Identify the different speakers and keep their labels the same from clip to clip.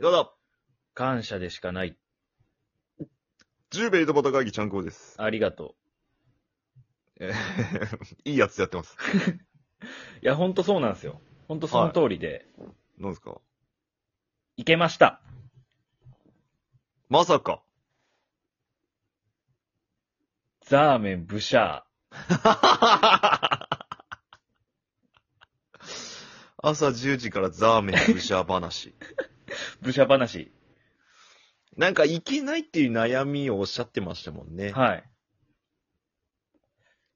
Speaker 1: どうぞ
Speaker 2: 感謝でしかない。
Speaker 1: ジューベリーとバタカーギちゃんこです。
Speaker 2: ありがと
Speaker 1: えーいいやつやってます。
Speaker 2: う。いや、ほんとそうなんですよ。ほんとその通りで、
Speaker 1: なんですか
Speaker 2: い、けました。
Speaker 1: まさか。
Speaker 2: ザーメン、ブシャー。
Speaker 1: 朝10時からザーメンブシャ 話。
Speaker 2: ブシャ話。
Speaker 1: なんかいけないっていう悩みをおっしゃってましたもんね。
Speaker 2: はい。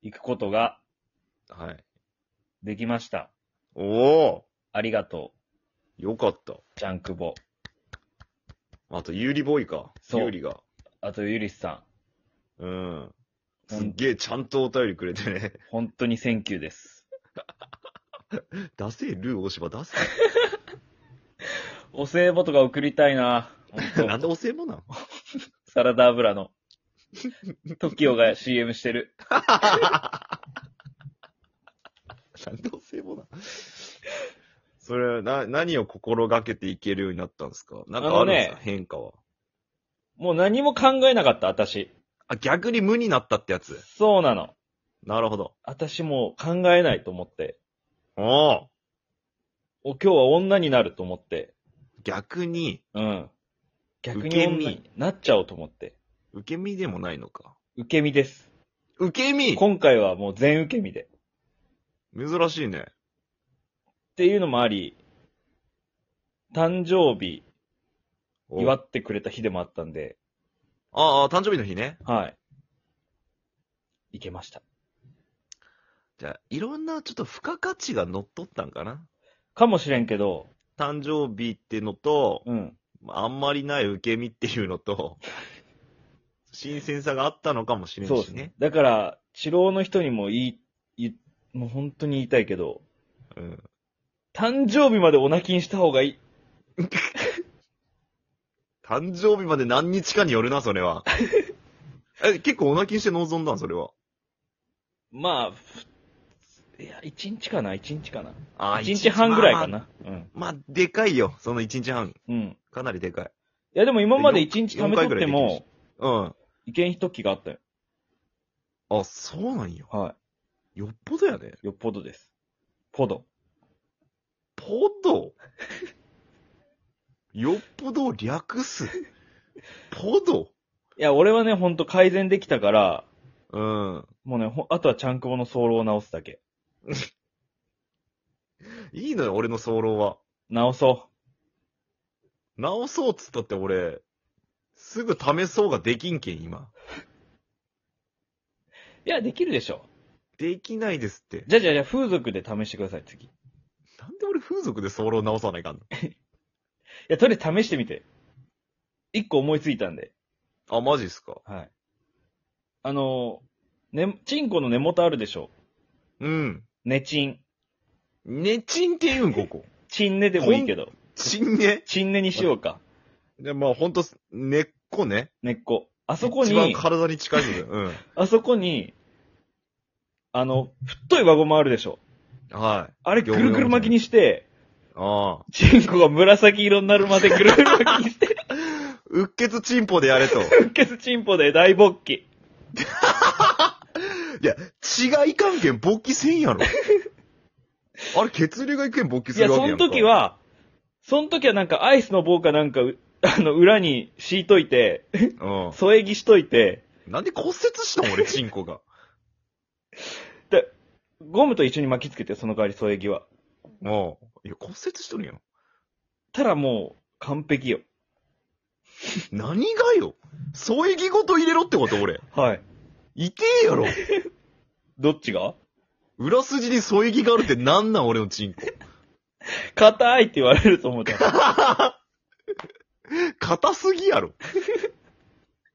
Speaker 2: 行くことが
Speaker 1: はい。
Speaker 2: できました。
Speaker 1: おお
Speaker 2: ありがと
Speaker 1: よかった。
Speaker 2: う、ジャンクボ。
Speaker 1: あと、ユーリボーイか。
Speaker 2: そう
Speaker 1: ユーリが。
Speaker 2: あと、ゆりすさ
Speaker 1: うん。
Speaker 2: う
Speaker 1: す
Speaker 2: ん
Speaker 1: っげえちゃんとお便りくれてね。
Speaker 2: ん、本当にセンキューです。
Speaker 1: 出せ、ルー大芝出せ。
Speaker 2: お歳暮とか送りたいな。本
Speaker 1: なんでお歳暮なん
Speaker 2: 当サラダ油の。TOKIO が CM してる。
Speaker 1: なんでお歳暮なんそれは、な、何を心がけていけるようになったんですかなんかあるんですか、
Speaker 2: あのね
Speaker 1: 変化は。
Speaker 2: もう何も考えなかった、私。
Speaker 1: あ、逆に無になったってやつ。
Speaker 2: そうなの。
Speaker 1: なるほど。
Speaker 2: 私もう考えないと思って。
Speaker 1: おお
Speaker 2: お、今日は女になると思って。
Speaker 1: 逆に、
Speaker 2: うん。逆
Speaker 1: 受
Speaker 2: に
Speaker 1: け
Speaker 2: 女
Speaker 1: 身
Speaker 2: になっちゃおうと思って。
Speaker 1: 受け身でもないのか。
Speaker 2: 受け身です。
Speaker 1: 受け身
Speaker 2: 今回はもう全受け身で。
Speaker 1: 珍しいね。
Speaker 2: っていうのもあり、誕生日
Speaker 1: お
Speaker 2: 祝ってくれた日でもあったんで、
Speaker 1: ああ、誕生日の日ね。
Speaker 2: はい。いけました。
Speaker 1: じゃあ、いろんなちょっと付加価値が乗っ取ったんかな。
Speaker 2: かもしれんけど、
Speaker 1: 誕生日ってのと、
Speaker 2: うん。
Speaker 1: あんまりない受け身っていうの と、新鮮さがあったのかもしれん
Speaker 2: そうで
Speaker 1: し
Speaker 2: す
Speaker 1: ね
Speaker 2: ね。。だから、治療の人にも言い、言いもう本当に言いたいけど、
Speaker 1: うん。
Speaker 2: 誕生日までお泣きにした方がいい。
Speaker 1: 誕生日まで何日かによるな、それ は。え、結構お泣きにして臨んだん、それは。
Speaker 2: まあふ、いや、一日かな、一日かな。
Speaker 1: あ
Speaker 2: 一日半ぐらいか。
Speaker 1: まあ
Speaker 2: な。うん。
Speaker 1: まあ、でかいよ。その1日半。
Speaker 2: うん。
Speaker 1: かなりでかい。
Speaker 2: いや、でも今まで一日貯めとっ
Speaker 1: 四回ぐら
Speaker 2: て
Speaker 1: いできまし
Speaker 2: も、
Speaker 1: うん。
Speaker 2: いけん時があったよ。
Speaker 1: あ、そうなんよ。
Speaker 2: は
Speaker 1: よっぽどやね。
Speaker 2: い。よっぽどです。ポド。
Speaker 1: ポ ドよっぽどを略す。ポド
Speaker 2: いや、俺はね、ほんと改善できたから、
Speaker 1: うん。
Speaker 2: もうね、ほあとはちゃんくぼの早漏を直すだけ。
Speaker 1: いいのよ、俺の早漏は。
Speaker 2: 直そ
Speaker 1: 直そうっつったって俺、すぐ試そうができんけん、今。
Speaker 2: う。いや、できるでしょ。
Speaker 1: できないですって。
Speaker 2: じゃあじゃあじゃあ風俗で試してください、次。い
Speaker 1: なんで俺風俗で早漏直さないかんの
Speaker 2: や、とりあえず試してみて。一個思いついたんで。
Speaker 1: あ、マジっすか。
Speaker 2: はい。あのー、ね、チンコの根元あるでしょ。
Speaker 1: うん。
Speaker 2: ねちん。
Speaker 1: ねちんって言うん、ここ。
Speaker 2: ちんねでもいいけど。
Speaker 1: ちんね。
Speaker 2: ちんねにしようか。
Speaker 1: で、まあほんと、根っこね。
Speaker 2: 根っこ。あそこ
Speaker 1: 一番
Speaker 2: に、
Speaker 1: 体に近い部分。
Speaker 2: あそこに、あの、太い輪ゴムあるでしょ。
Speaker 1: うん。はい。
Speaker 2: あれ、
Speaker 1: 業
Speaker 2: ぐ
Speaker 1: 務用
Speaker 2: るぐる巻きにして、
Speaker 1: ああ。
Speaker 2: チンコが紫色になるまでぐるぐる巻きに して、
Speaker 1: うっけつちんぽでやれと。
Speaker 2: うっけすチンポで大勃起。
Speaker 1: いや、血がいかんけん勃起せんや ろ。あれ、血流がいくけん勃起
Speaker 2: い
Speaker 1: す
Speaker 2: や、
Speaker 1: るわけ
Speaker 2: そ
Speaker 1: や
Speaker 2: の
Speaker 1: んか。
Speaker 2: 時。は、その時はなんかアイスの棒かなんかう、あの、裏に敷いといて、
Speaker 1: う
Speaker 2: 添え木しといて、
Speaker 1: ん。なんで骨折したん俺、チンコが。
Speaker 2: ゴムと一緒に巻きつけて、その代わり添え木は。
Speaker 1: もう。いや、骨折しとるやん。
Speaker 2: たらもう、完璧よ。
Speaker 1: 何がよ。添え木ごと入れろってこと、俺。
Speaker 2: はい。
Speaker 1: 痛えやろ。
Speaker 2: どっちが
Speaker 1: 裏筋に添え木があるってなんなん、俺のチンコ。
Speaker 2: 硬いって言われると思った。
Speaker 1: 硬すぎ やろ。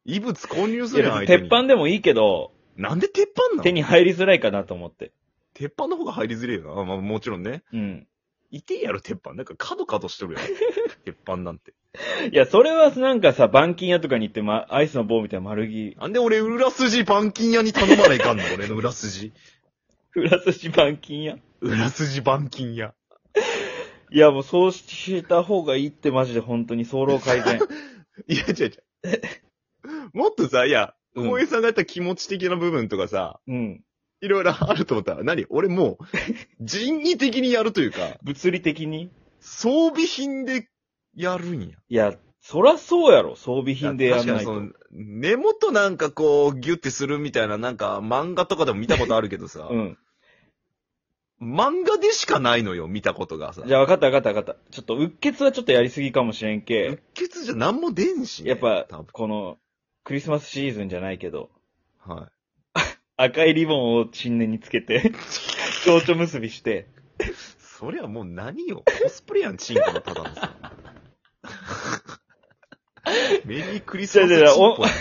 Speaker 1: 異物混入す
Speaker 2: い
Speaker 1: るやん、
Speaker 2: や
Speaker 1: 相手
Speaker 2: 鉄
Speaker 1: に。
Speaker 2: 板でもいいけど、
Speaker 1: なんで鉄板な
Speaker 2: 手
Speaker 1: の
Speaker 2: に入りづらいかなと思って。
Speaker 1: 鉄板の方が入りづれえよな。あまあ、もちろんね。
Speaker 2: うん。
Speaker 1: 痛えやろ、鉄板。なんか角角しと るやん。鉄板なんて。
Speaker 2: いや、それはなんかさ、板金屋とかに行って、ま、アイスの棒みたいな丸木、
Speaker 1: なんで俺、裏筋板金屋に頼まないかんの俺の裏筋。
Speaker 2: 裏寿司板金屋。
Speaker 1: 裏筋板金屋。
Speaker 2: いや、もうそうした方がいいってマジで本当に早漏改 善。
Speaker 1: いや、違う違う。もっとさ、いや、
Speaker 2: うん
Speaker 1: 小江さんがやった気持ち的な部分とかさ、
Speaker 2: うん。
Speaker 1: いろいろあると思ったら、何俺 もう、人為的にやるというか、
Speaker 2: 物理的に
Speaker 1: 装備品でやるんや。
Speaker 2: いや、そらそうやろ、装備品でやんな
Speaker 1: 確か
Speaker 2: いと。
Speaker 1: にその、根元なんかこう、ギュってするみたいな、なんか漫画とかでも見たことあるけどさ、
Speaker 2: うん。
Speaker 1: 漫画でしかないのよ、見たことがさ。
Speaker 2: じゃあ分かった分かった分かった。ちょっと、うっけつはちょっとやりすぎかもしれん
Speaker 1: うっ
Speaker 2: け。
Speaker 1: 血じゃなんも出んし、ね。
Speaker 2: やっぱ
Speaker 1: 多分、
Speaker 2: この、クリスマスシーズンじゃないけど、
Speaker 1: は
Speaker 2: 赤いリボンを新年につけて、 蝶々結びして、
Speaker 1: い。そりゃもう何よ、コスプレやん、チンコのただの さ。メリークリスマスチンコやん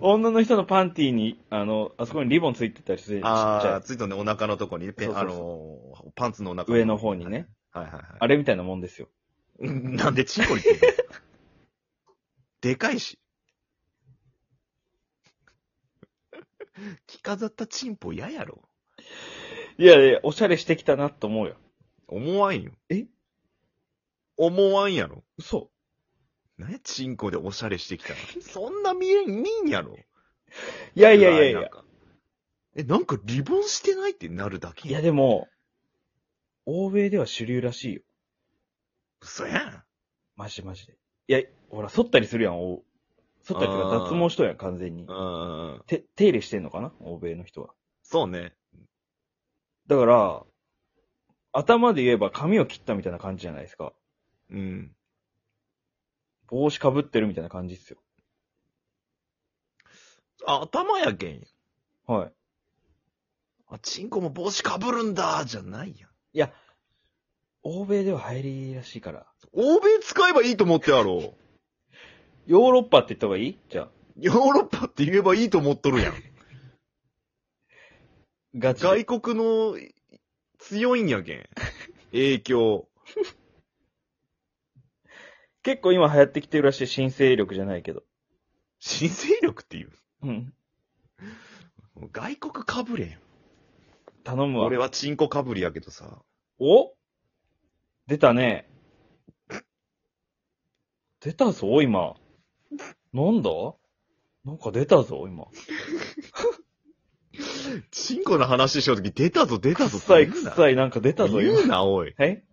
Speaker 2: 女の人のパンティーに、あの、あそこにリボンついてたりする。ちっち
Speaker 1: ああ、
Speaker 2: ゃ
Speaker 1: ついとね、お腹のとこにね、ペン
Speaker 2: そうそう
Speaker 1: あのー、パンツのお腹
Speaker 2: い。上の方にね。。
Speaker 1: はいはいはい。
Speaker 2: あれみたいなもんですよ。
Speaker 1: うんなんでチンコについてんの でかいし。着飾ったチンポ嫌やろ。
Speaker 2: いやいや、おしゃれしてきたなと思うよ。
Speaker 1: 思わんよ。
Speaker 2: え
Speaker 1: 思わんやろ。
Speaker 2: 嘘
Speaker 1: 何やチンコでおしゃれしてきたの そんな見えん、見んやろ。
Speaker 2: いやいやいやい
Speaker 1: な
Speaker 2: や
Speaker 1: ん。か。え、なんかリボンしてないってなるだけ
Speaker 2: いや
Speaker 1: ん。
Speaker 2: でも、欧米では主流らしいよ。
Speaker 1: 嘘やん。
Speaker 2: マジマジで。いや、ほら、剃ったりするやん、お剃ったりと
Speaker 1: あ
Speaker 2: か
Speaker 1: ー
Speaker 2: 脱毛しとるやん、完全に
Speaker 1: う。んうんうん。
Speaker 2: て、手入れしてんのかな欧米の人は。
Speaker 1: そうね。
Speaker 2: だから、頭で言えば髪を切ったみたいな感じじゃないですか。
Speaker 1: うん。
Speaker 2: 帽子かぶってるみたいな感じっすよ。
Speaker 1: あ、頭やけんや。
Speaker 2: はい。
Speaker 1: あ、チンコも帽子かぶるんだ、じゃないやん。
Speaker 2: 欧米では入りらしいから。
Speaker 1: 欧米使えばいいと思ってやろう。
Speaker 2: ヨーロッパって言った方がいいじゃあ、
Speaker 1: ヨーロッパって言えばいいと思っとる やん。
Speaker 2: ガチで。
Speaker 1: 外国の強いんやけん。影響。
Speaker 2: 結構今流行ってきてるらしい、新勢力じゃないけど。
Speaker 1: 新勢力っていう。
Speaker 2: うん。
Speaker 1: 外国かぶれ
Speaker 2: 頼む
Speaker 1: よ。
Speaker 2: わ。
Speaker 1: 俺はチンコかぶりやけどさ。
Speaker 2: お出たね。出たぞ、今。なんだなんか出たぞ、今。
Speaker 1: チンコの話しようとき出たぞ出たぞ
Speaker 2: 臭い、
Speaker 1: 言うな
Speaker 2: 臭い、なんか出たぞ、
Speaker 1: 言
Speaker 2: 今。
Speaker 1: うな、おい。
Speaker 2: え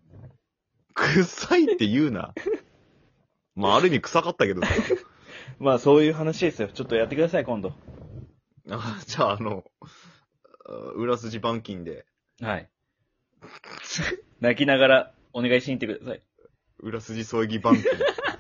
Speaker 1: 臭いって言うな。まあ、ある意味臭かったけどさ。
Speaker 2: まあ、そういう話ですよ。ちょっとやってください、今度。
Speaker 1: あじゃあ、あの、あ裏筋板金で、
Speaker 2: はい。泣きながら、お願いしに行ってください。
Speaker 1: 裏筋添え木板金。